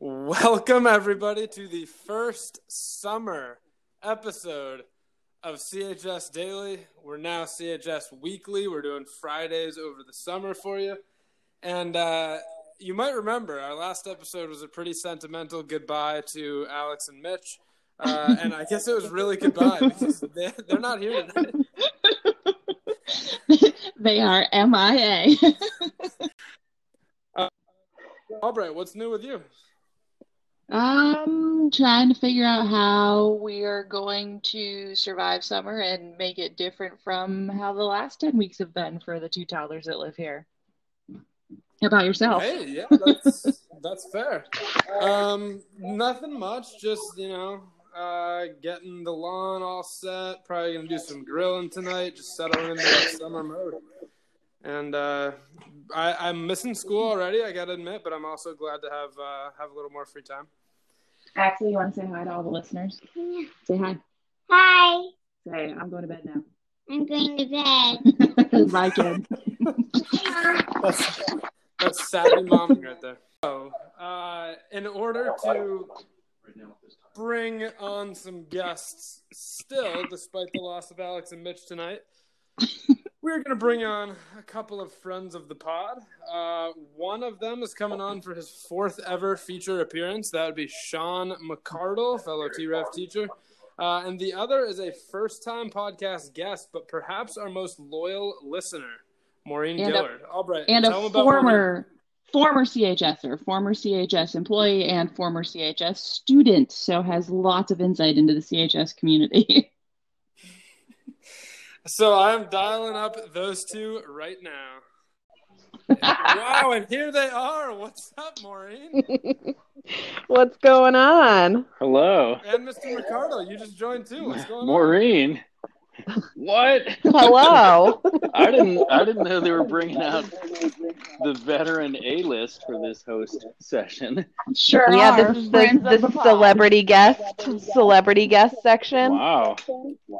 Welcome, everybody, to the first summer episode of CHS Daily. We're now CHS Weekly. We're doing Fridays over the summer for you. And uh, you might remember our last episode was a pretty sentimental goodbye to Alex and Mitch. Uh, and I guess it was really goodbye because they, they're not here tonight. they are MIA. Albright, what's new with you? I'm Um, trying to figure out how we are going to survive summer and make it different from how the last 10 weeks have been for the two toddlers that live here. How about yourself? Hey, yeah, that's that's fair. Um, nothing much, just you know, uh, getting the lawn all set. Probably gonna do some grilling tonight. Just settling into that summer mode. And uh, I, I'm missing school already. I gotta admit, but I'm also glad to have uh, have a little more free time. Axel, you want to say hi to all the listeners? Say hi. Hi, Say, I'm going to bed now. I'm going to bed. Bye, kid. That's, that's savvy momming right there. So, uh, in order to bring on some guests, still, despite the loss of Alex and Mitch tonight, we're going to bring on a couple of friends of the pod. Uh, one of them is coming on for his fourth ever feature appearance. That would be Sean McCardle, fellow T Ref teacher. Uh, and the other is a first time podcast guest, but perhaps our most loyal listener, Maureen And a- Gillard. Albright, And tell a 'em about Maureen. former former CHSer, former CHS employee and former CHS student, so has lots of insight into the CHS community. So I'm dialing up those two right now. wow, and here they are. What's up, Maureen? What's going on? Hello, And Mr. Ricardo, you just joined too. What's going Maureen. What? Hello. I didn't. I didn't know they were bringing out the veteran A list for this host session. Sure. yeah, are. this is the, Friends of the pod. celebrity guest celebrity guest section. Wow. on? I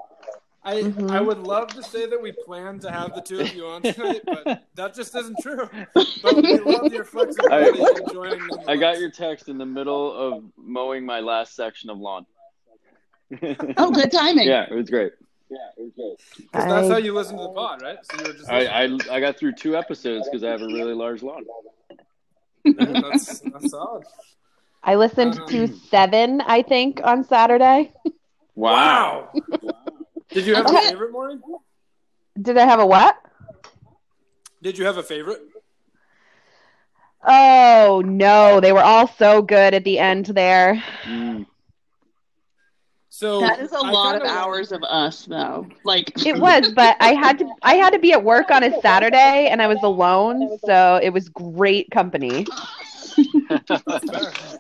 Mm-hmm. Mhm. I would love to say that we planned to have the two of you on tonight, but that just isn't true. But we love your flexibility I- in joining. nonetheless. I got your text in the middle of mowing my last section of lawn. yeah, Oh, good timing. it was great. 'Cause that's how you listen to the pod, right? So you were just. I I, I got through two episodes because I have a really large lawn. Yeah, that's, that's solid. I listened to seven, I think, on Saturday. Wow. Did you have a Okay. favorite, Maureen? Did I have a what? Did you have a favorite? Oh no, they were all so good at the end there. Mm. So That is a I lot of kinda- hours of us, though. Like It was, but I had to I had to be at work on a Saturday and I was alone, so it was great company.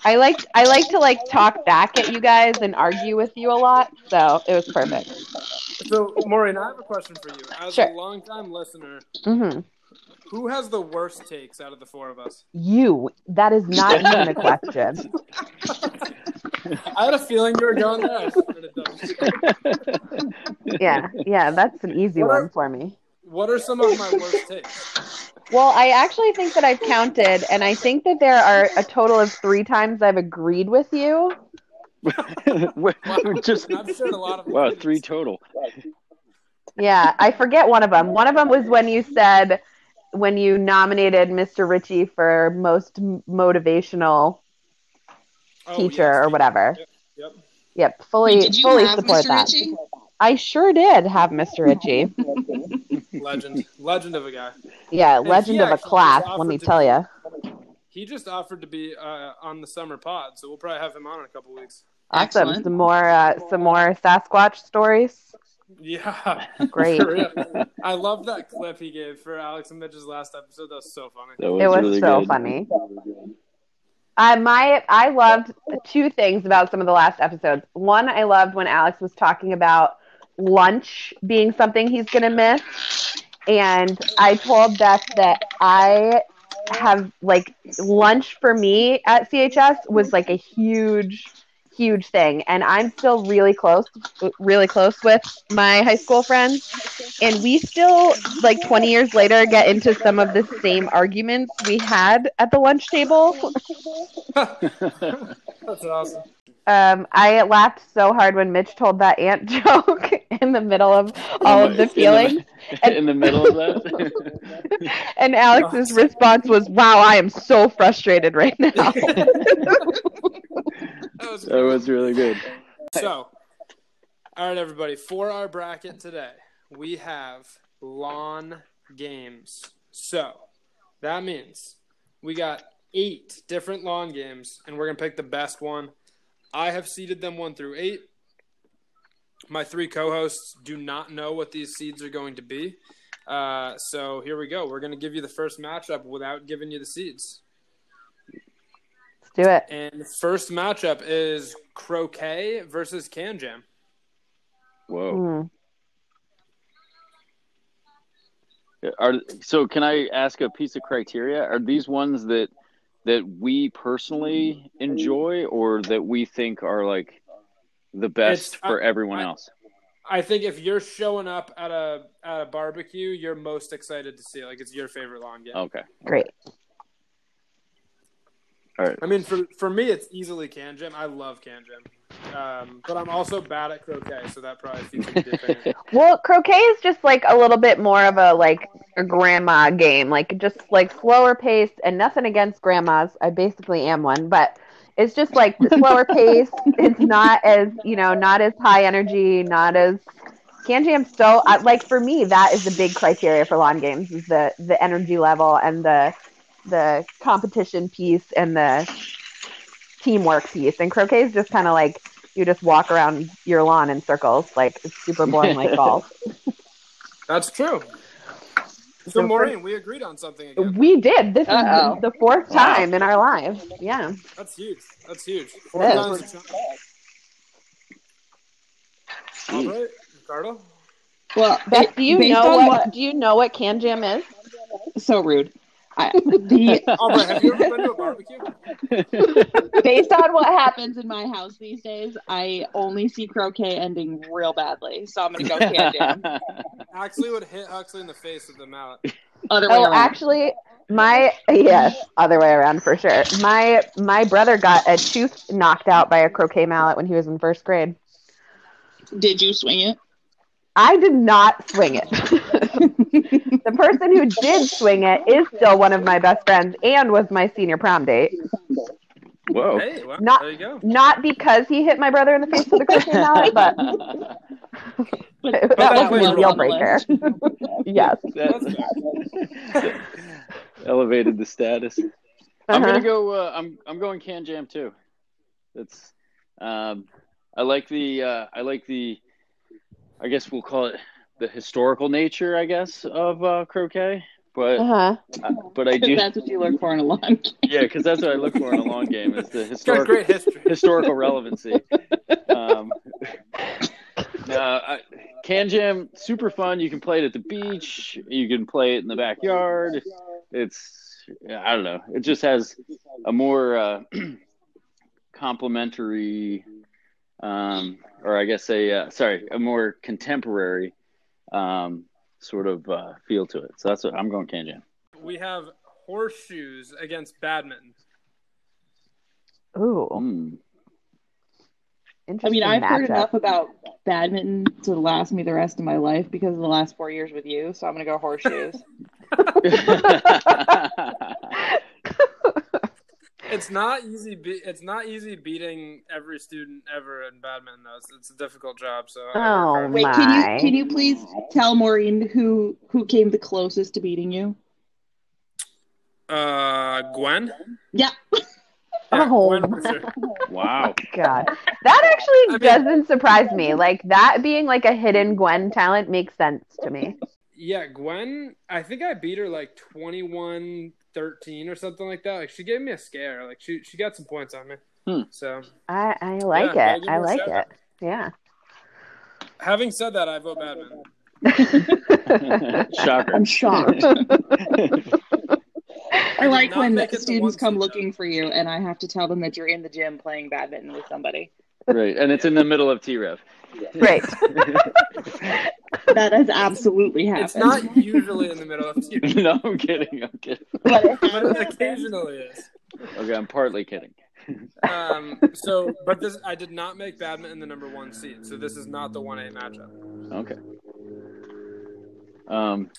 I like I like to like talk back at you guys and argue with you a lot, so it was perfect. So, Maureen, I have a question for you. As a Sure. longtime listener, hmm who has the worst takes out of the four of us? You. That is not even a question. I had a feeling you were going there. I just wanted to double check. Yeah, yeah, that's an easy What are- one for me. What are some of my worst takes? Well, I actually think that I've counted, and I think that there are a total of three times I've agreed with you. We're- we're just And I've shared a lot of wow, opinions. three total. Yeah, I forget one of them. One of them was when you said when you nominated Mr. Ritchie for most m- motivational Oh, teacher yes. or whatever. Yep. Yep, fully Did you fully have support Mr. that. Ritchie? I sure did have Mr. Ritchie. Legend. Legend of a guy. Yeah, he legend of actually a was class, offered let me to tell be- you. He just offered to be uh, on the summer pod, so we'll probably have him on in a couple weeks. Awesome. Excellent. Some more uh, some more Sasquatch stories. Yeah. Great. For real. I love that clip he gave for Alex and Mitch's last episode. That was so funny. That was it was really so good. funny. I my I loved two things about some of the last episodes. One, I loved when Alex was talking about lunch being something he's gonna miss, and I told Beth that I have like lunch for me at CHS was like a huge huge thing. And I'm still really close, really close with my high school friends. And we still, like 20 years later, get into some of the same arguments we had at the lunch table. That's awesome. Um, I laughed so hard when Mitch told that ant joke in the middle of all of the In the- feelings. in, the middle of that. And Alex's response was, Wow, I am so frustrated right now. That was that was really good. So, all right, everybody, for our bracket today, we have lawn games. So, that means we got eight different lawn games, and we're going to pick the best one. I have seeded them one through eight. My three co hosts do not know what these seeds are going to be. Uh, so, here we go. We're going to give you the first matchup without giving you the seeds. Let's do it. And the first matchup is croquet versus can jam. Whoa. Mm. Are so? Can I ask a piece of criteria? Are these ones that that we personally enjoy, or that we think are like the best It's- uh, for everyone I- else? I think if you're showing up at a at a barbecue, you're most excited to see it. Like it's your favorite lawn game. Okay. Great. All right. I mean, for for me, it's easily can jam. I love can jam, um, but I'm also bad at croquet, so that probably feeds into dipping. Well, croquet is just like a little bit more of a like a grandma game, like just like slower paced and nothing against grandmas. I basically am one, but it's just like the slower pace. It's not as you know, not as high energy, not as can jam. So, I, like for me, that is the big criteria for lawn games is the the energy level and the the competition piece and the teamwork piece. And croquet is just kind of like you just walk around your lawn in circles, like it's super boring, like golf. That's true. So Maureen, we agreed on something again. We did. This Uh-oh. is the fourth Wow. time in our lives. Yeah. That's huge. That's huge. Four Yes. times the charm. All right, Ricardo. Well, Beth, it- do you based know on what, do you know what can jam is? So rude. I, the Albert, have you ever been to a barbecue? based on what happens in my house these days, I only see croquet ending real badly. So I'm gonna go can jam. Actually, would hit Huxley in the face with the mallet. Other way Oh, around. actually, my yes, other way around for sure. My my brother got a tooth knocked out by a croquet mallet when he was in first grade. Did you swing it? I did not swing it. the person who did swing it is still one of my best friends and was my senior prom date. Whoa. Hey, well, Not- there you go. Not because he hit my brother in the face with a croquet mallet, but But that that's why was a we're deal on the breaker. yes. That- elevated the status. I'm Uh-huh. gonna go. Uh, I'm I'm going can jam too. That's. Um, I like the. Uh, I like the. I guess we'll call it the historical nature. I guess of uh, croquet, but Uh-huh. but I do. That's what you look for in a lawn game. Yeah, because that's what I look for in a long game is the It's got historical great history. historical relevancy. Um, no, I, can jam super fun. You can play it at the beach. You can play it in the backyard. It's I don't know. It just has a more uh, complimentary, um, or I guess a uh, sorry, a more contemporary um, sort of uh, feel to it. So that's what I'm going can jam. We have horseshoes against badminton. Ooh. Mm. I mean, Interesting I've heard matchup. enough about badminton to last me the rest of my life because of the last four years with you. So I'm gonna go horseshoes. It's not easy. Be- it's not easy beating every student ever in badminton. Though it's, it's a difficult job. So Oh, Wait, My. can you can you please tell Maureen who who came the closest to beating you? uh, Gwen. Yeah, Yeah, Oh, Gwen for my. sure. wow. Oh, God, that actually I mean- doesn't surprise me. Like that being like a hidden Gwen talent makes sense to me. Yeah, Gwen. I think I beat her like 21 13 or something like that. Like she gave me a scare. Like she she got some points on me. Hmm. So I, I like Yeah, it. give I it a like shot. it. Yeah. having said that, I vote badminton. Shocker. I'm shocked. I like Not when make it the students one come seed, looking for you, and I have to tell them that you're in the gym playing badminton with somebody. Right, and it's in the middle of T Rev. Right. That has absolutely happened. It's not usually in the middle of T Rev, no, I'm kidding. I'm kidding. But it but it happened. occasionally is. Okay, I'm partly kidding. Um, so, but this I did not make badminton the number one seed, so this is not the one A matchup. Okay. Um,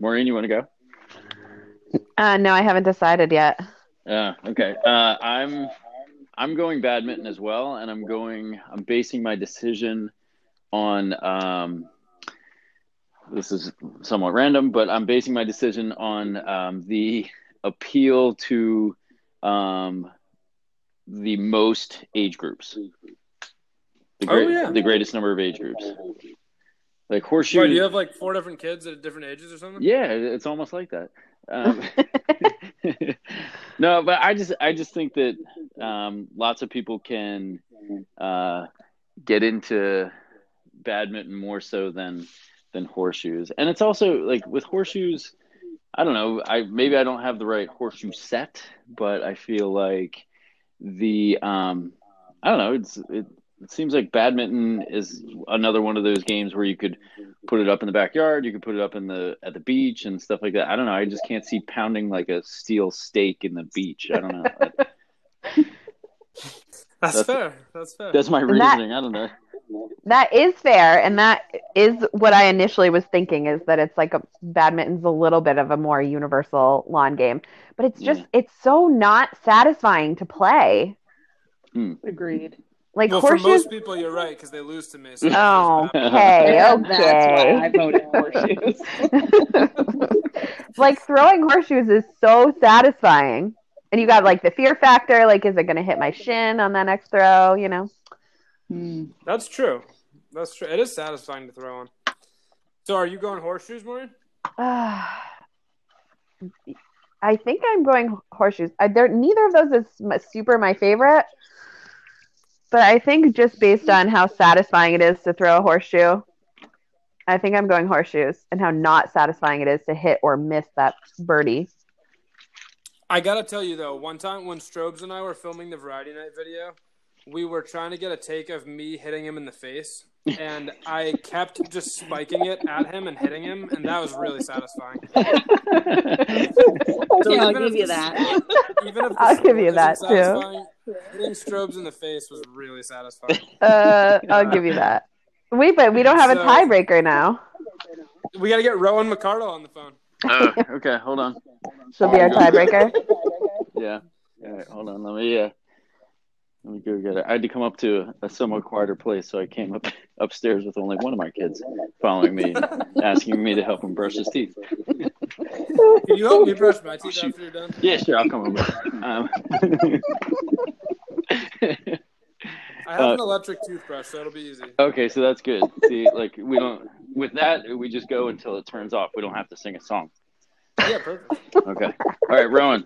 Maureen, you want to go? Uh, no, I haven't decided yet. Yeah. Okay. Uh, I'm I'm going badminton as well, and I'm going. I'm basing my decision on. Um, this is somewhat random, but I'm basing my decision on um, the appeal to um, the most age groups. The, Oh, great, yeah. the greatest number of age groups. Like horseshoe. Wait, do you have like four different kids at different ages or something? Yeah, it- it's almost like that. Um, no, but I just I just think that um, lots of people can uh, get into badminton more so than than horseshoes, and it's also like with horseshoes. I don't know. I maybe I don't have the right horseshoe set, but I feel like the um, I don't know. It's it, it seems like badminton is another one of those games where you could put it up in the backyard. You could put it up in the at the beach and stuff like that. I don't know. I just can't see pounding like a steel stake in the beach. I don't know. that's, That's- fair. That's fair. That's my And that- reasoning. I don't know. That is fair, and that is what I initially was thinking is that it's like a, badminton's a little bit of a more universal lawn game, but it's just it's so not satisfying to play. Agreed. Like well, for horseshoes. most people, you're right because they lose to me. So Oh, most- okay, And That's why I okay. voted horseshoes. like throwing horseshoes is so satisfying, and you got like the fear factor. Like, is it gonna hit my shin on that next throw? You know. Hmm. that's true. That's true. It is satisfying to throw on. So, are you going horseshoes, Maureen? I think I'm going horseshoes. I, there, neither of those is m- super my favorite, but I think just based on how satisfying it is to throw a horseshoe, I think I'm going horseshoes, and how not satisfying it is to hit or miss that birdie. I gotta tell you though, one time when Strobes and I were filming the Variety Night video, we were trying to get a take of me hitting him in the face, and I kept just spiking it at him and hitting him, and that was really satisfying. Okay, I'll even if give the- you that. Even if the I'll give sport you isn't that, too. satisfying, Hitting Strobes in the face was really satisfying. Uh, I'll give you that. Wait, but we don't have a So- tiebreaker now. We gotta get Rowan McCardle on the phone. Uh, okay, hold on. She'll be our tiebreaker. Yeah. All right, hold on. Let me. Uh, let me go get it. I had to come up to a somewhat quieter place, so I came up upstairs with only one of my kids following me, and asking me to help him brush his teeth. Can you help me brush my teeth Shoot. after you're done? Yeah, sure, I'll come over. Um, I have Uh, an electric toothbrush, so it'll be easy. Okay, so that's good. See, like we don't with that we just go until it turns off. We don't have to sing a song. Yeah, perfect. Okay. All right, Rowan.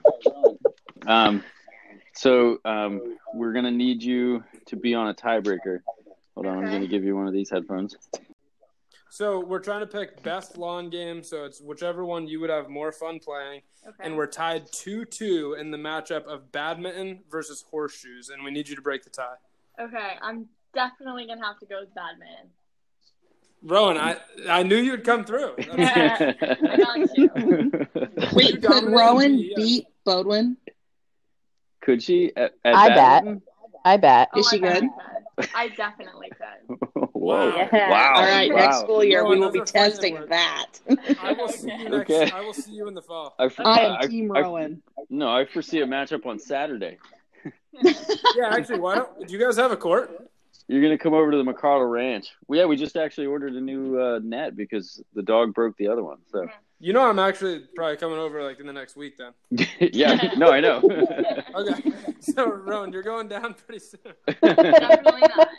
Um, so um, we're gonna need you to be on a tiebreaker. Hold on, I'm Okay. gonna give you one of these headphones. So we're trying to pick best lawn game, so it's whichever one you would have more fun playing. And we're tied two two in the matchup of badminton versus horseshoes, and we need you to break the tie. Okay, I'm definitely gonna have to go with badminton. Rowan, I I knew you'd come through. That's- I got you. You Wait, could dominated Rowan the, uh, beat Bodwin? Oh, Could she? At, at I bet. I bet. Oh, Is she I bet I good? could. I definitely could. Whoa! Wow. Wow! All right, wow. next school year Rowan, we will those be are fighting testing words. that. I will see you next. Okay. I will see you in the fall. I, for- I am I- Team I- Rowan. no, I foresee a matchup on Saturday. Yeah, actually, why don't do you guys have a court? You're gonna come over to the McCardle Ranch. Well, yeah, we just actually ordered a new uh, net because the dog broke the other one. So You know, I'm actually probably coming over like in the next week then. yeah, no, I know. Okay, so Rowan, you're going down pretty soon. Definitely not.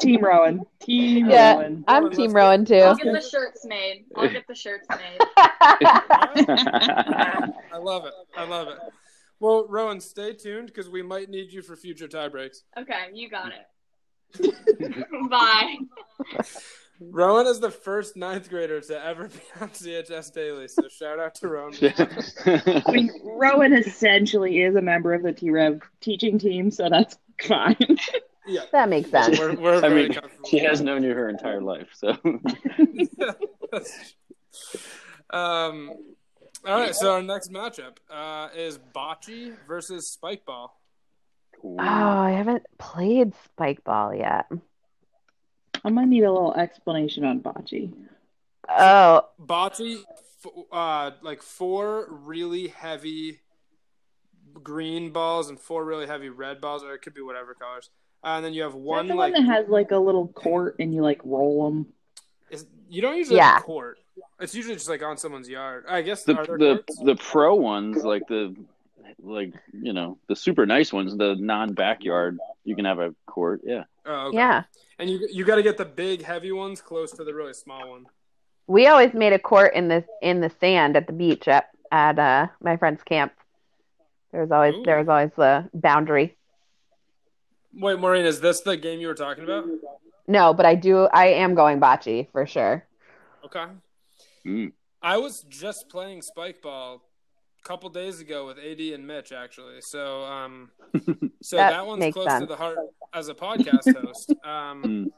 Team Rowan. Team Yeah. Rowan. I'm let's Team go. Rowan too. I'll get the shirts made. I'll get the shirts made. I love it. I love it. Well, Rowan, stay tuned because we might need you for future tie breaks. Okay, you got it. Bye. Rowan is the first ninth grader to ever be on CHS Daily, so shout out to Rowan. I mean, Rowan essentially is a member of the T Rev teaching team, so that's fine. Yeah. That makes sense. We're, we're I very mean, comfortable. she has known you her entire life, so um, all right, so our next matchup uh, is Bocce versus Spikeball. Oh, I haven't played spike ball yet. I might need a little explanation on bocce. Oh, Bocce, f- uh, like four really heavy green balls and four really heavy red balls, or it could be whatever colors. Uh, and then you have One one the like one that has like a little court and you like roll them. is- you don't usually Yeah. have a court. It's usually just like on someone's yard. I guess the are there the courts? the pro ones, like the like you know the super nice ones, the non backyard, you can have a court. Yeah, Oh, okay. yeah. And you you got to get the big heavy ones close to the really small one. We always made a court in the in the sand at the beach at at uh, my friend's camp. There was always Ooh. there was always the boundary. Wait, Maureen, is this the game you were talking about? No, but I do I am going bocce for sure. Okay. Mm. I was just playing spike ball a couple days ago with AD and Mitch actually. So um so that, That one's makes close to sense. the heart as a podcast host. Um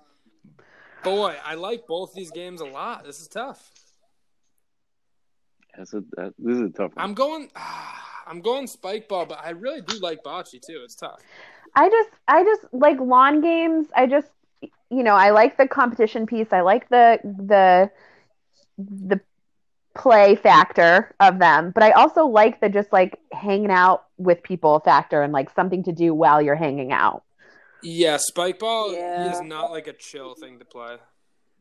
Mm. boy, I like both these games a lot. This is tough. that's a that, this is a tough one. I'm going I'm going spike ball, but I really do like bocce too. It's tough. I just I just like lawn games. I just you know, I like the competition piece. I like the the the play factor of them, but I also like the just like hanging out with people factor and like something to do while you're hanging out. Yeah, spike ball Yeah. is not like a chill thing to play.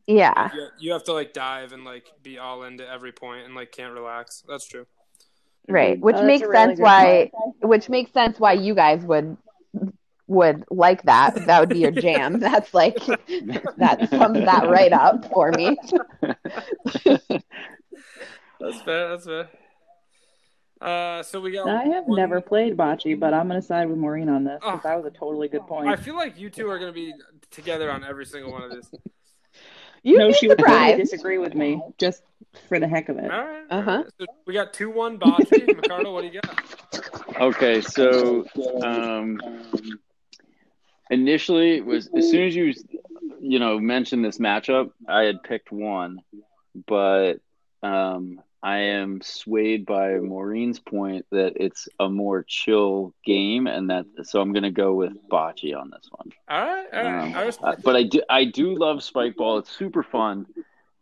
Yeah. You, you have to like dive and like be all into every point and like can't relax. That's true. Right. Which Oh, that's makes a really sense good why which makes sense why you guys would would like that. That would be your jam. That's like that sums that right up for me. That's fair. That's fair. Uh, so we got. I have one- never played bocce, but I'm gonna side with Maureen on this Oh. because that was a totally good I point. feel like you two are going to be together on every single one of these. You'd no, be she would totally surprised. disagree with me just for the heck of it. All right. Uh-huh. So we got two one bocce. Ricardo, what do you got? Okay, so um, initially it was as soon as you you know mentioned this matchup, I had picked one, but um, I am swayed by Maureen's point that it's a more chill game, and that so I'm gonna go with bocce on this one. All right. All right. Um, I uh, respect. but I do I do love spike ball. It's super fun.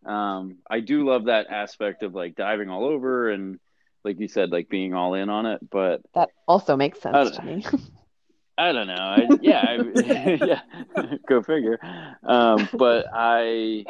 Um, I do love that aspect of like diving all over and like you said, like being all in on it. But That also makes I sense don't- to me. I don't know. I, yeah, I, yeah. Go figure. Um, but I,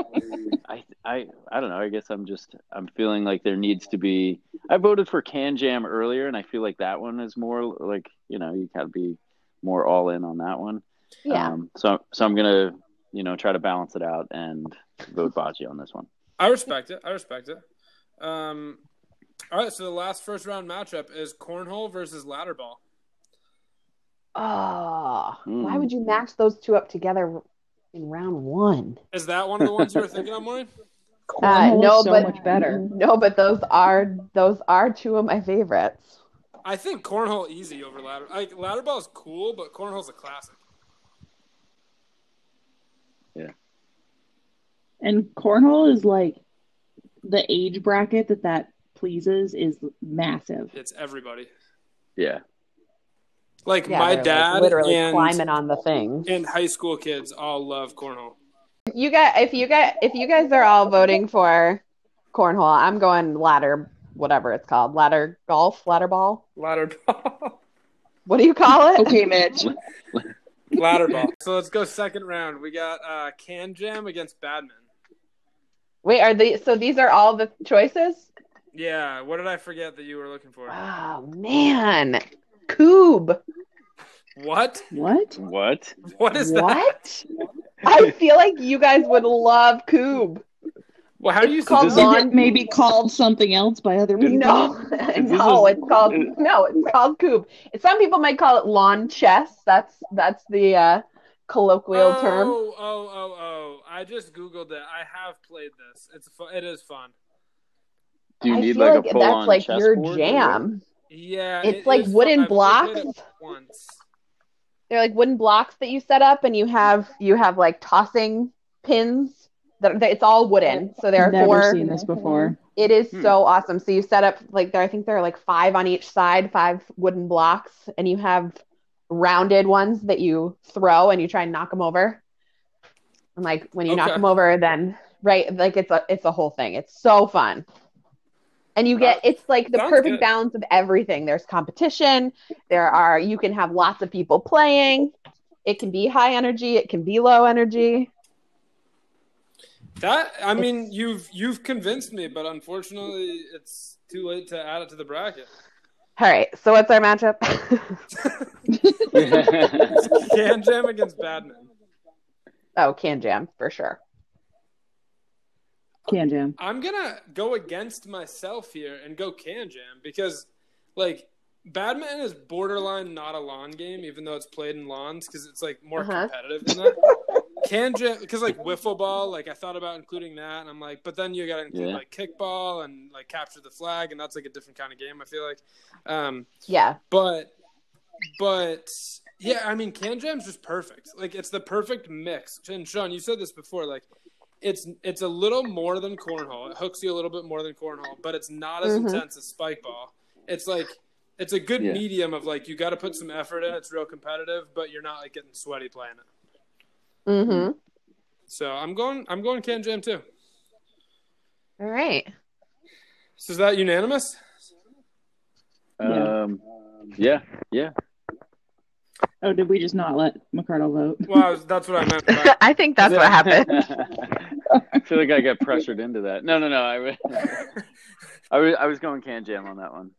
I, I, I don't know. I guess I'm just I'm feeling like there needs to be. I voted for Can Jam earlier, and I feel like that one is more like you know you gotta be more all in on that one. Yeah. Um, so so I'm gonna you know try to balance it out and vote Baji on this one. I respect it. I respect it. Um. All right. So the last first round matchup is cornhole versus ladder ball. Oh, why Mm. would you match those two up together in round one? Is that one of the ones you were thinking of, Maureen? Cornhole is no, so but- much better. No, but those are those are two of my favorites. I think cornhole easy over ladder. Like ladder ball is cool, but cornhole's a classic. And cornhole is like the age bracket that that pleases is massive. It's everybody. Yeah. Like Yeah, my they're, like, dad literally and climbing on the thing. and high school kids all love cornhole. You got if you got if you guys are all voting for cornhole, I'm going ladder whatever it's called. Ladder golf, ladder ball. Ladder ball. What do you call it? Okay, Mitch. Ladder ball. So let's go second round. We got uh, can jam against badminton. Wait, are they so these are all the choices? Yeah, what did I forget that you were looking for? Oh man. Coob. What? What? What? What is that? What? I feel like you guys would love Coob. Well, how do you It's called this- Is Lawn- it maybe called something else by other people? No, no, it's called no, it's called coop. Some people might call it lawn chess. That's that's the uh, colloquial oh, term. Oh, oh, oh! I just googled it. I have played this. It's fu- it is fun. Do you I need feel like, like a full that's on like your chessboard? jam. Yeah, It's it like is fun. wooden I've only played it blocks. once. they're like wooden blocks that you set up, and you have you have like tossing pins that, that it's all wooden. So there are Never four. seen this before. It is Hmm. so awesome. So you set up like there, I think there are like five on each side, five wooden blocks, and you have rounded ones that you throw and you try and knock them over. And like when you knock Okay. 'em knock them over, then right, like it's a it's a whole thing. It's so fun. And you get That it's like the sounds perfect good. balance of everything. There's competition. There are you can have lots of people playing. It can be high energy. It can be low energy. That I mean, you've you've convinced me, but unfortunately, it's too late to add it to the bracket. All right. So what's our matchup? Can jam against Badman. oh, can jam for sure. Can jam. I'm gonna go against myself here and go can jam because, like, Badman is borderline not a lawn game, even though it's played in lawns because it's like more Uh-huh. competitive than that. Can jam because like wiffle ball, like I thought about including that, and I'm like, but then you gotta include Yeah. like kickball and like capture the flag, and that's like a different kind of game. I feel like. Um, Yeah. but but yeah i mean can jam's just perfect like it's the perfect mix and sean you said this before like it's it's a little more than cornhole it hooks you a little bit more than cornhole but it's not as Mhm. intense as spike ball it's like it's a good Yeah. medium of like you got to put some effort in it's real competitive but you're not like getting sweaty playing it Mm-hmm. so i'm going i'm going can jam too All right. so is that unanimous um, yeah, yeah. Oh, did we just not let McCardle vote? well I was- that's what i meant by I think that's what happened. I feel like I got pressured into that. No, no, no. I, wa- I was I was going can jam on that one,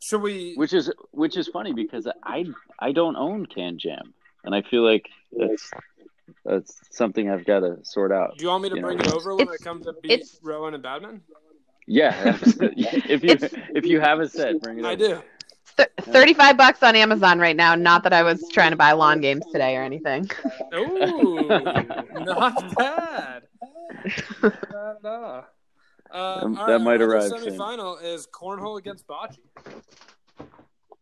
should we which is which is funny because I I don't own can jam, and I feel like that's that's something I've got to sort out. do you want me to Yeah. bring it over when It's- it comes to beat it's- rowan and badman Yeah, if you It's- if you have a set, bring it. i up. do Th- Thirty-five bucks on Amazon right now. Not that I was trying to buy lawn games today or anything. Ooh, not bad. Not bad at all. Um, That- all that right, might our arrive soon. Semi-final is cornhole against bocce.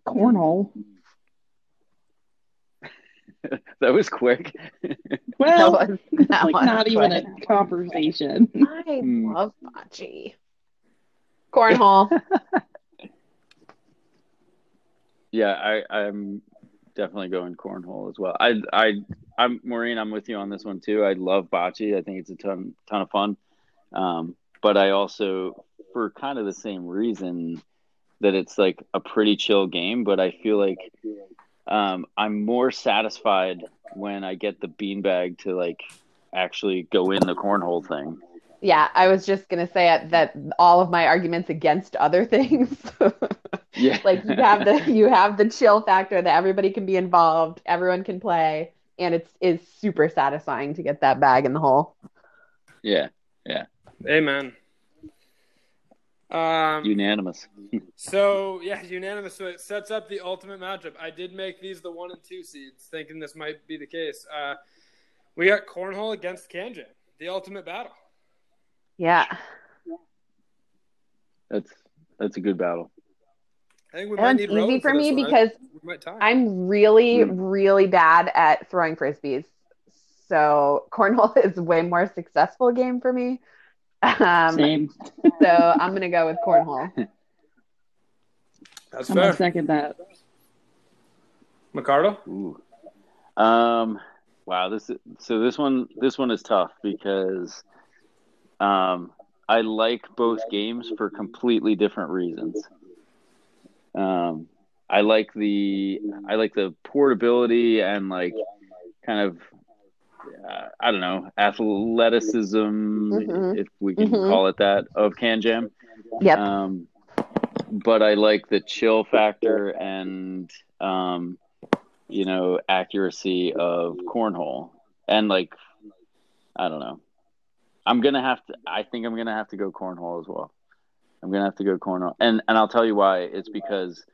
Cornhole. That was quick. Well, That was- it's that like was not even quick. a conversation. I Hmm. love bocce. Cornhole. Yeah, I, I'm definitely going cornhole as well. I, I, I'm Maureen. I'm with you on this one too. I love bocce. I think it's a ton, ton of fun. Um, but I also, for kind of the same reason, that it's like a pretty chill game. But I feel like um, I'm more satisfied when I get the beanbag to like actually go in the cornhole thing. yeah, I was just gonna say it, that all of my arguments against other things, Yeah, like you have the you have the chill factor that everybody can be involved, everyone can play, and it's is super satisfying to get that bag in the hole. yeah, Amen. Um, unanimous. so yeah, unanimous. So it sets up the ultimate matchup. I did make these the one and two seeds, thinking this might be the case. Uh, we got cornhole against Kanjin, the ultimate battle. Yeah. That's that's a good battle. I think we might That need one's Rowan easy for this one. me I because think we might tie. I'm really, Hmm. really bad at throwing frisbees. So cornhole is a way more successful game for me. Um, Same. so I'm gonna go with cornhole. That's I'm gonna fair. second that. McCardle. Ooh. Um wow, this is, so this one this one is tough because um I like both games for completely different reasons. Um I like the I like the portability and like kind of uh, I don't know athleticism Mhm. if we can Mhm. call it that of Can Jam. Yep. Um, but I like the chill factor and um, you know accuracy of cornhole and like I don't know. I'm gonna have to. I think I'm gonna have to go cornhole as well. I'm gonna have to go cornhole, and and I'll tell you why. It's because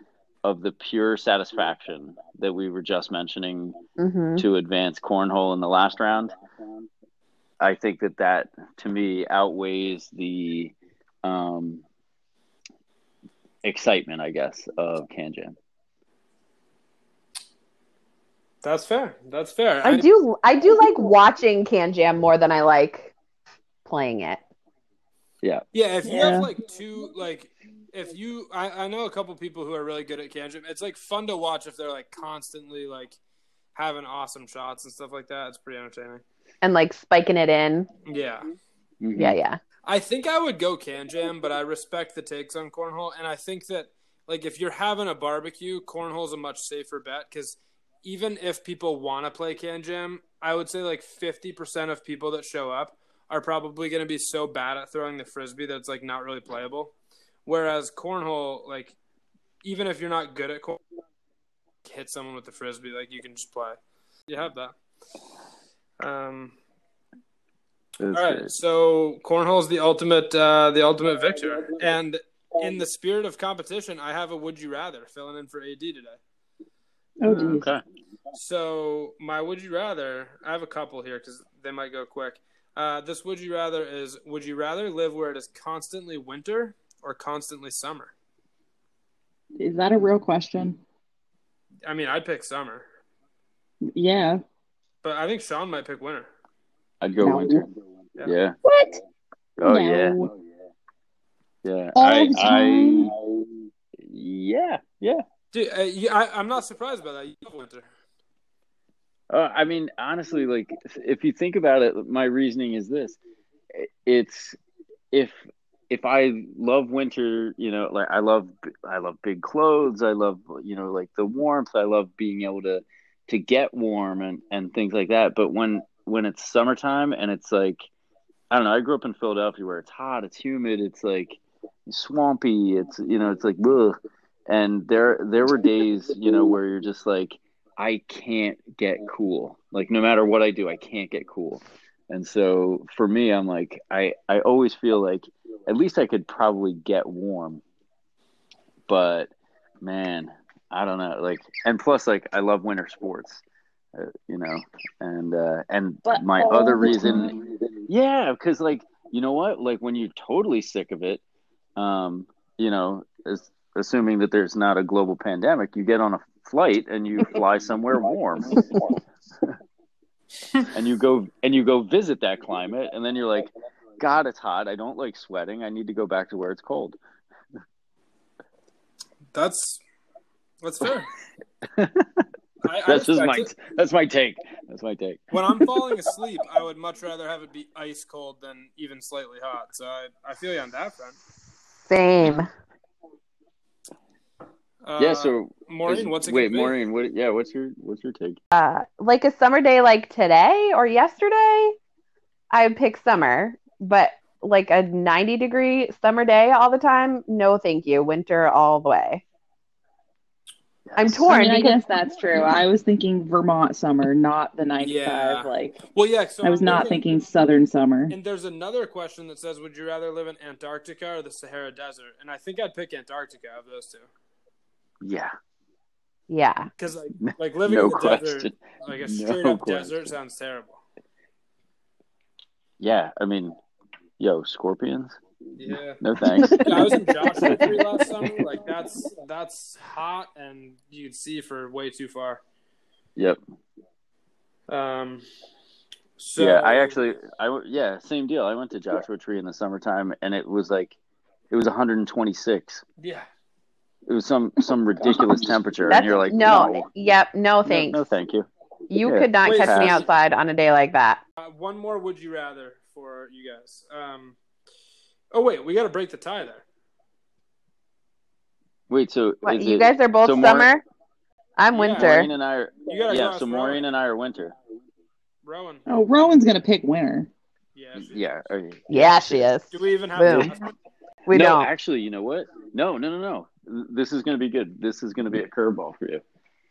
of the pure satisfaction that we were just mentioning Mm-hmm. hmm to advance cornhole in the last round. I think that that to me outweighs the um, excitement, I guess, of Kanjin. That's fair. That's fair. I do I do like watching Can Jam more than I like playing it. Yeah, if you Yeah. have like two, like if you, I, I know a couple people who are really good at cantrip. It's like fun to watch if they're like constantly like having awesome shots and stuff like that. It's pretty entertaining. And like spiking it in. Yeah, Mhm. Yeah, yeah. I think I would go can jam, but I respect the takes on cornhole, and I think that like if you're having a barbecue, cornhole's a much safer bet because even if people want to play can jam, I would say like fifty percent of people that show up are probably going to be so bad at throwing the frisbee that it's like not really playable. Whereas cornhole, like even if you're not good at cornhole, hit someone with the frisbee, like you can just play. You have that. Um, That's all right, great. so cornhole's the ultimate, uh, the ultimate victor, and in the spirit of competition, I have a would you rather filling in for AD today. Oh, Hmm. geez. Okay. So my would you rather, I have a couple here because they might go quick. Uh, this would you rather is would you rather live where it is constantly winter or constantly summer? Is that a real question? I mean, I'd pick summer, Yeah. but I think Sean might pick winter. I'd go No. winter. Yeah. Yeah. What? Oh No. yeah. Yeah. All I, the I time? yeah, yeah. Dude, uh, you, I, I'm not surprised by that. You love winter. Uh, I mean, honestly, like if you think about it, my reasoning is this: it's if if I love winter, you know, like I love I love big clothes, I love you know like the warmth, I love being able to to get warm and and things like that. But when when it's summertime and it's like I don't know, I grew up in Philadelphia where it's hot, it's humid, it's like swampy, it's you know, it's like ugh. And there there were days, you know, where you're just like I can't get cool. Like no matter what I do, I can't get cool. And so for me, I'm like I I always feel like at least I could probably get warm. But man, I don't know. Like and plus like I love winter sports. Uh, you know, and uh and But my all other the reason time? yeah, because like you know what, like when you're totally sick of it, um, you know, as, assuming that there's not a global pandemic, you get on a flight and you fly somewhere warm, and you go and you go visit that climate, and then you're like, God, it's hot. I don't like sweating. I need to go back to where it's cold. That's that's fair. I, I That's just respect my it. that's my take. That's my take. when I'm falling asleep, I would much rather have it be ice cold than even slightly hot. So I, I feel you on that front. Same. Uh, yeah. So Maureen, what's it wait, gonna be? Maureen? What? Yeah. What's your what's your take? Uh, like a summer day like today or yesterday, I would pick summer, but like a 90 degree summer day all the time, no thank you. Winter all the way. I'm I torn mean, I because guess that's true. I was thinking Vermont summer, not the 95. Yeah. Like, Well, yeah. So I was I'm not looking- thinking southern summer. And there's another question that says, "Would you rather live in Antarctica or the Sahara Desert?" And I think I'd pick Antarctica of those two, Yeah. yeah. because like, like living no in the question. desert, like No a straight up question. desert, sounds terrible. Yeah, I mean, yo, scorpions? Yeah. No thanks. Yeah, I was in Joshua Tree last summer. Like that's that's hot, and you can see for way too far. yep. Um, so yeah, I actually, I w- yeah, same deal. I went to Joshua Tree in the summertime, and it was like, it was 126. yeah It was some some ridiculous temperature, That's and you're like, no, no, yep, no no, thanks. no, thank you. You Yeah. could not Wait, catch me pass. outside on a day like that. Uh, one more would you rather for you guys. Um, oh wait, we got to break the tie there. Wait, so What, is you it- guys are both so Maureen- summer. I'm Yeah, winter. Maureen and I are, You got to yeah, so Maureen and I are winter. Rowan. Oh, Rowan's going to pick winter. Yeah. she- Yeah, okay. Yeah, she is. Do we even have? Boom. We no, don't. actually, you know what? No, no, no, no. This is going to be good. This is going to be a curveball for you,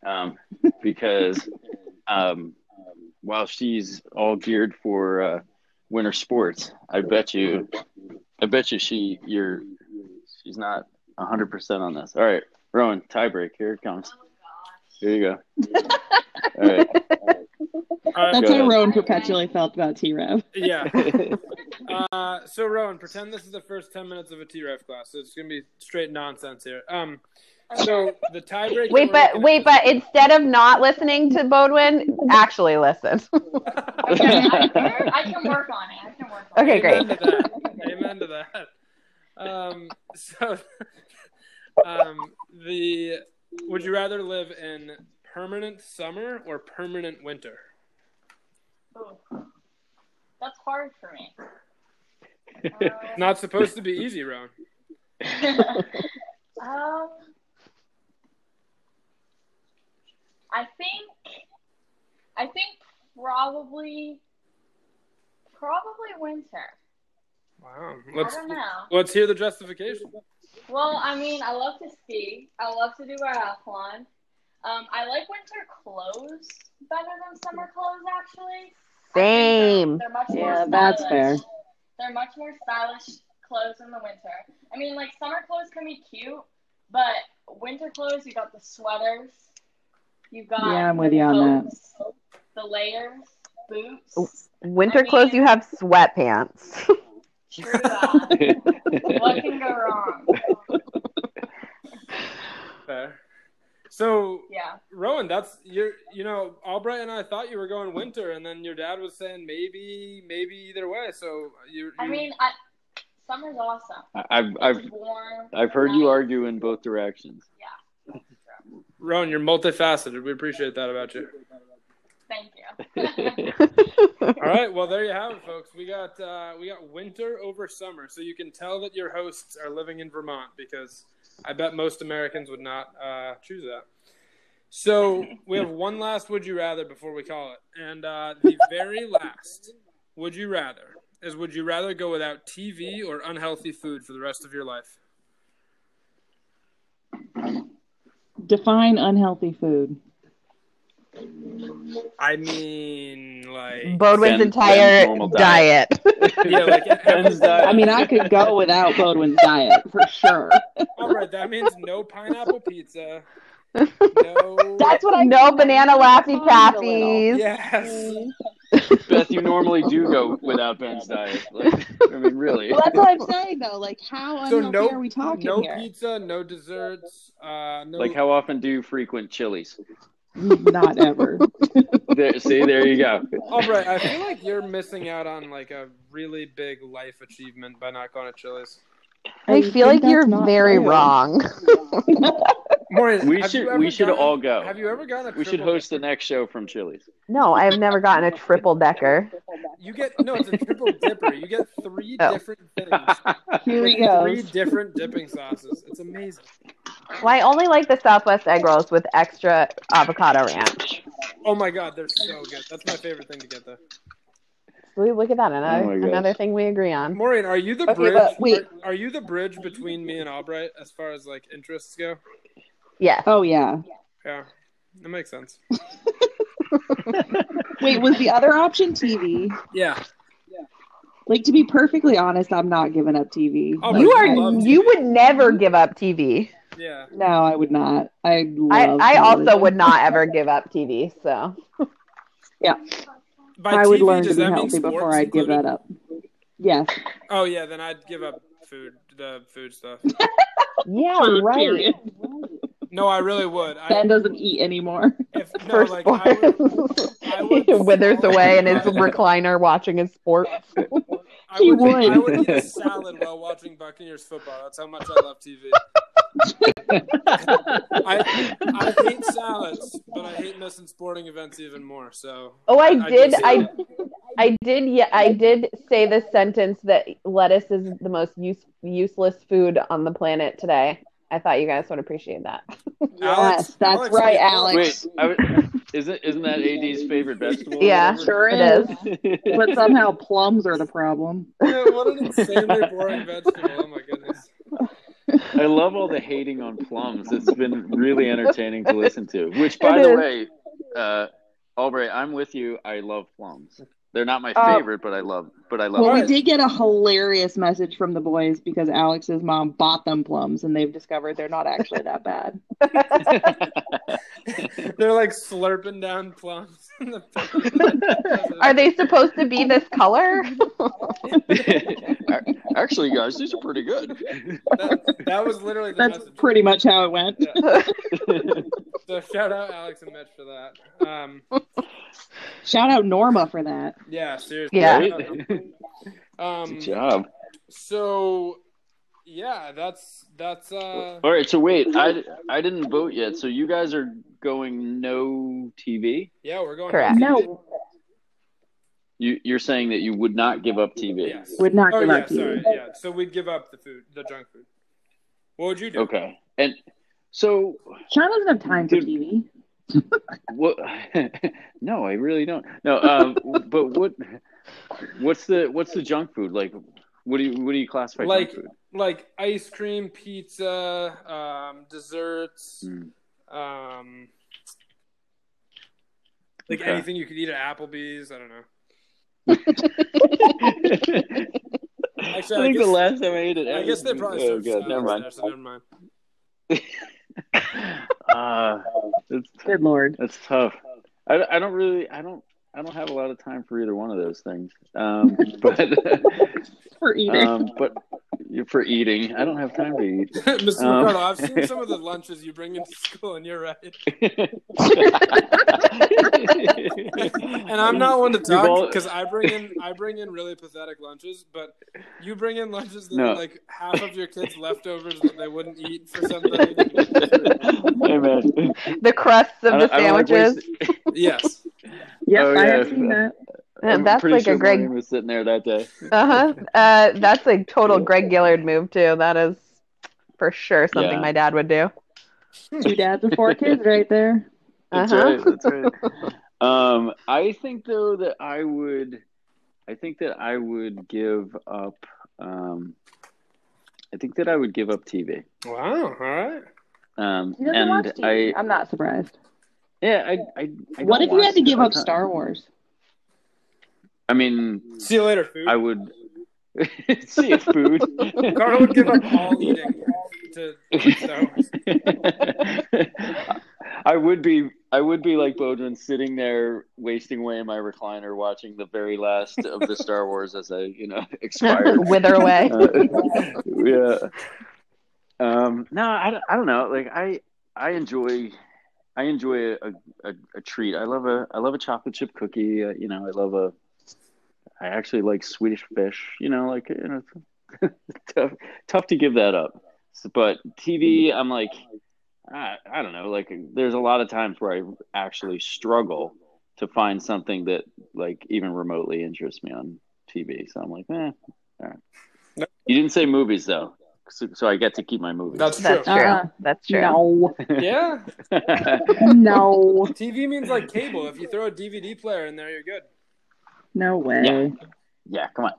um, because um, while she's all geared for uh, winter sports, I bet you, I bet you she you're she's not hundred percent on this. All right, Rowan, tiebreak. Here it comes. Here you go. All right. All right, That's Go how ahead. Rowan perpetually felt about T Rev. yeah. Uh, so Rowan, pretend this is the first ten minutes of a T-Ref class. So it's gonna be straight nonsense here. Um, So the tiebreaker. Wait, we're but looking wait, at- but instead of not listening to Bodwin, actually listen. Okay, I, can, I can work on it. I can work on Okay, it. great. Amen to that. Amen to that. Um, so, um, the would you rather live in permanent summer or permanent winter? Ooh. That's hard for me. Not supposed to be easy, Ron. um, I think, I think probably, probably winter. Wow. Let's I don't know. let's hear the justification. Well, I mean, I love to ski. I love to do biathlon. Um, I like winter clothes better than summer clothes, actually. I think Same. They're, they're much Yeah, more that's stylish. They're much more stylish clothes in the winter. I mean, like summer clothes can be cute, but winter clothes, you got the sweaters, you got Yeah, I'm with you on coats, the layers, boots. Winter I mean- clothes, you have sweatpants. True that. what All can go wrong? Fair. So, Yeah. Rowan, that's you're you know Albright and I thought you were going winter, and then your dad was saying maybe maybe either way. So you. I you- mean, I, summer's awesome. I've I've It's warm. I've heard you nice. argue in both directions. Yeah. Rowan, you're multifaceted. We appreciate that about you. Thank you. All right, well there you have it, folks. We got uh, we got winter over summer, so you can tell that your hosts are living in Vermont because I bet most Americans would not uh, choose that. So we have one last "Would you rather" before we call it, and uh, the very last "Would you rather" is: Would you rather go without TV or unhealthy food for the rest of your life? Define unhealthy food. I mean, like Bodwin's Ben's entire normal diet. yeah, like Ben's diet. I mean, I could go without Bodwin's diet for sure. all right, that means no pineapple pizza. No. That's what I no mean. banana That's laffy fine, Galil. taffies. Yes. Beth, you normally do go without Ben's diet. Like, I mean, really. Well, that's what I'm saying though. Like, how unhealthy are we talking no here? pizza, no desserts, uh, no. Like, how often do you frequent Chili's? Not ever. There, see, there you go. All right, I feel like you're missing out on like a really big life achievement by not going to Chili's. I feel like think you're that's not very fair. wrong. Maureen, We have you should ever we should gone- all go. Have you ever gone? we should host the next show from Chili's. No, I have never gotten a triple decker. You get no, it's a triple dipper. You get three Oh. different things, Here we three go. different dipping sauces. It's amazing. Well, I only like the Southwest egg rolls with extra avocado ranch. Oh my god, they're so good. That's my favorite thing to get there. Ooh, look at that. Oh Another, my gosh. another thing we agree on. Maureen, are you the Okay, bridge? but wait. Are, are you the bridge between me and Albright as far as like interests go? Yes. Oh yeah. Yeah, that makes sense. Wait, was the other option TV? Yeah. Like to be perfectly honest, I'm not giving up TV. Oh, You I are love you TV. would never give up TV. Yeah. No, I would not. I I, love I also television. would not ever give up TV. So By I would TV, learn does to be that mean healthy before sports I'd give included? that up. Yes. Oh yeah, then I'd give up food, the food stuff. yeah, Food, right. period. No, I really would. I, Ben doesn't eat anymore. if, no, For like, I sports, would, I would he withers swallow away in my- his recliner watching his sports. I He would, would. I would eat a salad while watching Buccaneers football. That's how much I love TV. I I hate salads, but I hate missing sporting events even more. So Oh, I did. just- I, I did. Yeah, I did say this sentence that lettuce is the most use, useless food on the planet today. I thought you guys would appreciate that. Yes, that's Alex, right, you- Alex. Wait, I was- isn't isn't that AD's favorite vegetable? or Yeah. whatever? Sure It is. is. But somehow plums are the problem. Yeah, what an insanely boring vegetable! Oh my goodness. I love all the hating on plums. It's been really entertaining to listen to. Which, by It the is. way, uh, Albright, I'm with you. I love plums. They're not my Oh. favorite, but I love. But I love. Well, we Alright. did get a hilarious message from the boys because Alex's mom bought them plums and they've discovered they're not actually that bad. They're like slurping down plums in the picture. Are they supposed to be this color? Actually, guys, these are pretty good. That, that was literally the That's message. pretty much how it went. Yeah. So shout out Alex and Mitch for that. Um, Shout out Norma for that. yeah, seriously. Yeah. Um, Good job. so yeah, that's that's uh All right, so wait, I, I didn't vote yet, so you guys are going no TV. yeah, we're going Correct. Uh, No, You you're saying that you would not give up TV. Yes. would not Oh give yeah, up to sorry. you. Yeah. So we'd give up the food, the junk food. What would you do? Okay, and so Sean doesn't have time for Dude. TV. what? no, I really don't. No, um, but what? What's the what's the junk food like? What do you what do you classify Like- junk food? Like ice cream, pizza, um, desserts, Mm. um, like Okay. anything you could eat at Applebee's. I don't know. I Actually, I think the guess- last time I ate it, I guess they probably Oh serve god, never salads mind. there, so never mind. Uh, that's Good lord. That's tough. I, I don't really I don't I don't have a lot of time for either one of those things. Um, but For either. um, but for eating, I don't have time to eat. Mr. Um, Ricardo, I've seen some of the lunches you bring into school, and you're right. And I'm not one to You've talk all- because I bring in I bring in really pathetic lunches, but you bring in lunches that No. are like half of your kids' leftovers that they wouldn't eat for something. hey man, The crusts of I the don't- I don't like sandwiches. waste- yes. Yep, oh, I yeah. have seen that. Uh, I'm That's pretty like sure a Greg. Maureen was sitting there that day. Uh-huh. Uh That's a total Greg Gillard move too. That is for sure something Yeah. my dad would do. Two dads and four kids right there. That's Uh-huh. right. That's right. um, I think though that I would, I think that I would give up. Um, I think that I would give up TV. Wow. All right. Um, He doesn't and watch TV. I, I'm not surprised. yeah, I, I, I don't What if you watch had to give up a ton. Star Wars? I mean, See you later, food. I would see if food. Carl would give up all eating to Star Wars. I would be I would be like Bodwin sitting there wasting away in my recliner watching the very last of the Star Wars as I, you know, expire. Wither away. Uh, yeah. Um, no, I, don't- I don't know. Like I I enjoy I enjoy a, a, a treat. I love a I love a chocolate chip cookie. Uh, you know, I love a I actually like Swedish fish. You know, like you know, tough tough to give that up. So- but TV, Mm-hmm. I'm like I, I don't know. Like there's a lot of times where I actually struggle to find something that like even remotely interests me on TV. So I'm like, eh, all right. You didn't say movies though, so, so I get to keep my movies. That's true. That's true. Uh-uh. That's true. No. Yeah. No. TV means like cable. If you throw a DVD player in there, you're good. No way. Yeah. yeah, come on.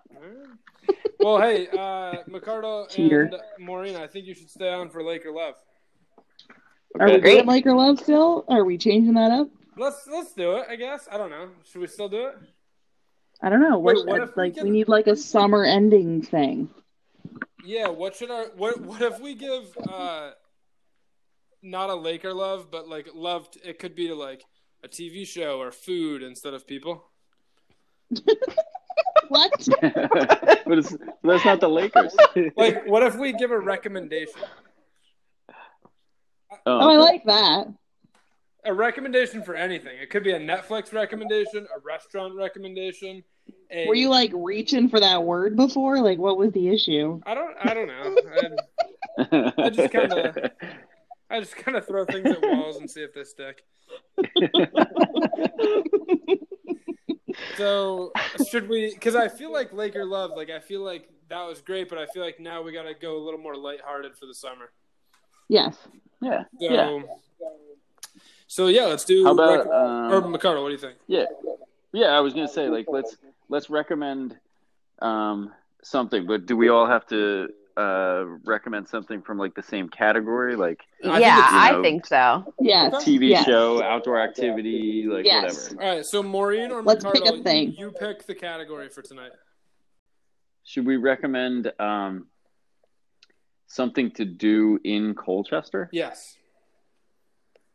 Well, hey, uh, McCardle Cheater. and Maureen, I think you should stay on for Laker Love. Are we Okay. doing like or love still? Are we changing that up? Let's let's do it. I guess I don't know. Should we still do it? I don't know. Wait, What, what if we like can- we need like a summer ending thing. Yeah. What should our what What if we give uh, not a Laker love, but like love? t- It could be to like a TV show or food instead of people. What? but it's, that's not the Lakers. Like, what if we give a recommendation? Oh, I okay. like that. A recommendation for anything. It could be a Netflix recommendation, a restaurant recommendation. A, Were you like reaching for that word before? Like, what was the issue? I don't. I don't know. I, I just kinda- I just kind of throw things at walls and see if they stick. So should we? Because I feel like Laker love. Like I feel like that was great, but I feel like now we got to go a little more lighthearted for the summer. Yes. yeah. So, Yeah. so yeah, let's do. How about rec- or um, McCardle, what do you think? yeah? I was gonna say like let's let's recommend um, something, but do we all have to uh, recommend something from like the same category, like I yeah, think it's, I you know, think so. Yes. TV yes. show, outdoor activity, like Yes. whatever. All right, so Maureen or Let's Ricardo, pick a thing. You, you pick the category for tonight. Should we recommend um, something to do in Colchester? Yes.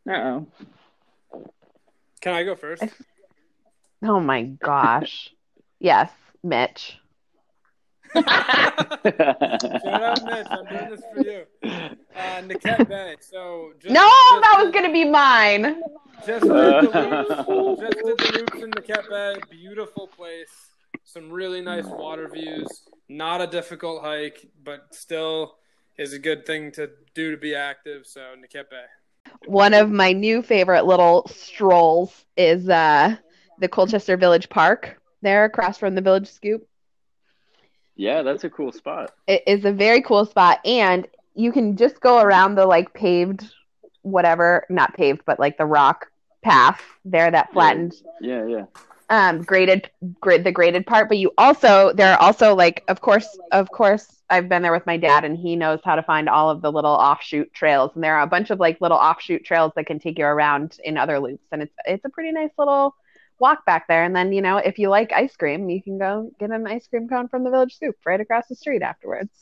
Uh oh. Can I go first? Oh my gosh. yes, Mitch. Shout out, Mitch. I'm doing this for you. Uh, Niket Bay. So just, No, just- that was gonna be mine. Just did the Uh. roofs, just did the roofs in the Kepe. Beautiful place. Some really nice water views. Not a difficult hike, but still is a good thing to do to be active. So Nikepe. One of my new favorite little strolls is uh, the Colchester Village Park. There, across from the Village Scoop, Yeah, that's a cool spot. it is a very cool spot, and you can just go around the like paved, whatever, not paved, but like the rock path there, that flattened Yeah, yeah. um graded grade the graded part but you also there are also like of course of course i've been there with my dad and he knows how to find all of the little offshoot trails and there are a bunch of like little offshoot trails that can take you around in other loops and it's it's a pretty nice little walk back there and then you know if you like ice cream you can go get an ice cream cone from the village soup right across the street afterwards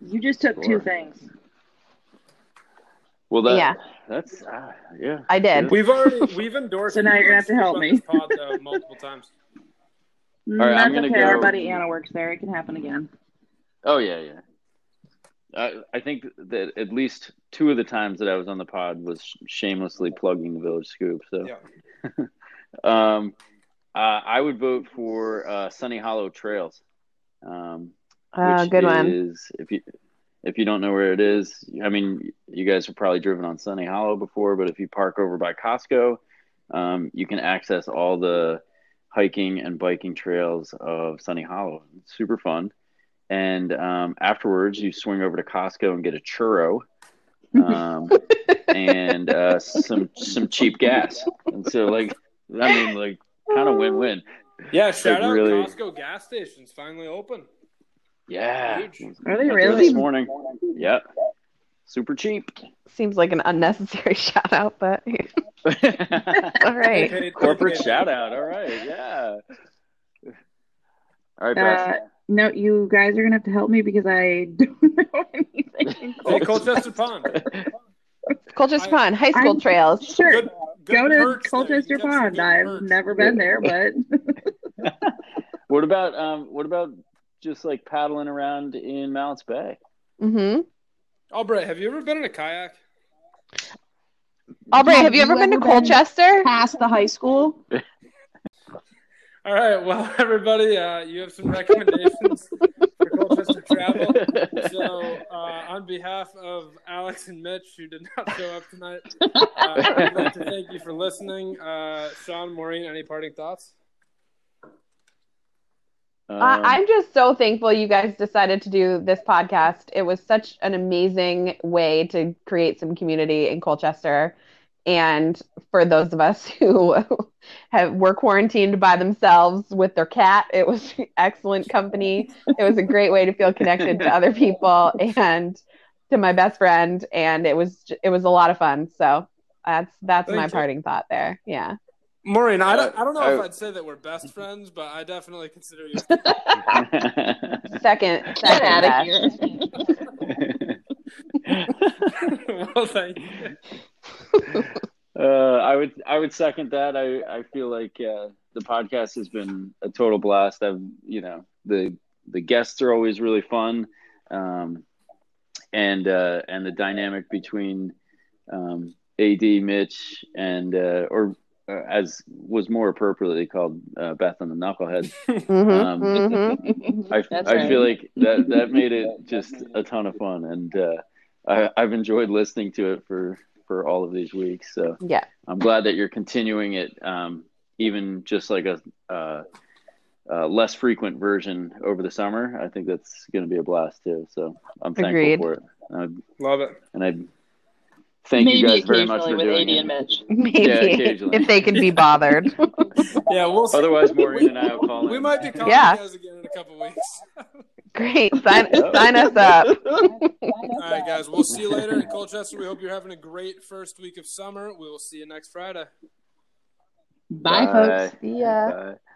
You just took Sure. two things. Well, that, Yeah. that's uh, yeah. i did We've already we've endorsed. So now you're gonna have to help on me. this Pod, though, multiple times. right, I'm That's gonna okay. Our go- buddy Anna works there. It can happen again. Oh yeah, yeah. I I think that at least two of the times that I was on the pod was shamelessly plugging the Village Scoop. So, Yeah. um, uh, I would vote for uh, Sunny Hollow Trails. Um, oh which good one is if you if you don't know where it is, I mean, you guys have probably driven on Sunny Hollow before, but if you park over by Costco, um, you can access all the hiking and biking trails of Sunny Hollow. It's super fun. And um, afterwards, you swing over to Costco and get a churro um, and uh, some some cheap gas. And so, like, I mean, like, kind of win win. Yeah, shout out really- Costco gas stations finally open. Yeah. Huge. Are they Went there really? This morning. Yep. Super cheap. seems like an unnecessary shout out but all They right paid- Corporate they paid- shout out. All right. Yeah. All right, Uh, Beth. no, you guys are gonna have to help me because I don't know anything. Hey, Colchester Pond. colchester I- pond high school I'm- trails Sure. Good, good go to perks there. You Colchester got some Pond. good I've perks. never been there, but Uh, What about um? What about just like paddling around in Mounts Bay? mm-hmm Albright, have you ever been in a kayak? Aubrey, have you ever been to Colchester? past the high school? All right, well, everybody, uh, you have some recommendations for Colchester travel. So, uh, on behalf of Alex and Mitch, who did not show up tonight, uh, I'd like to thank you for listening. Uh, Sean, Maureen, any parting thoughts? I Um, I'm just so thankful you guys decided to do this podcast. It was such an amazing way to create some community in Colchester. And for those of us who have were quarantined by themselves with their cat, it was excellent company. It was a great way to feel connected to other people and to my best friend, and it was j- it was a lot of fun. So that's that's Thank my you. parting thought there. Yeah. Maureen, I don't, Uh, I don't know if I- I'd say that we're best friends, but I definitely consider you. Second, second Get out best. of here. well, thank you. uh, I would I would second that. I I feel like uh, the podcast has been a total blast. I've you know the the guests are always really fun, um, and uh, and the dynamic between um, AD Mitch and uh, or uh, as was more appropriately called uh, Beth and the Knucklehead. Mhm, Um, mhm. I, That's I right. feel like that that made it just a ton of fun, and uh, I, I've enjoyed listening to it for for all of these weeks. So Yeah. I'm glad that you're continuing it, um, even just like a, uh uh less frequent version over the summer. I think that's going to be a blast too. So I'm thankful Agreed. for it, Um Love it. and I Thank Maybe you guys very much occasionally for with Andy doing it. and Mitch. Maybe Yeah, occasionally. if they can be bothered. Yeah, we'll see. Otherwise, Maureen and I will call in. We might be calling Yeah. you guys again in a couple weeks. Great. Sign, sign us up. All right, guys. We'll see you later in Colchester. We hope you're having a great first week of summer. We will see you next Friday. Bye, folks. See ya. Bye.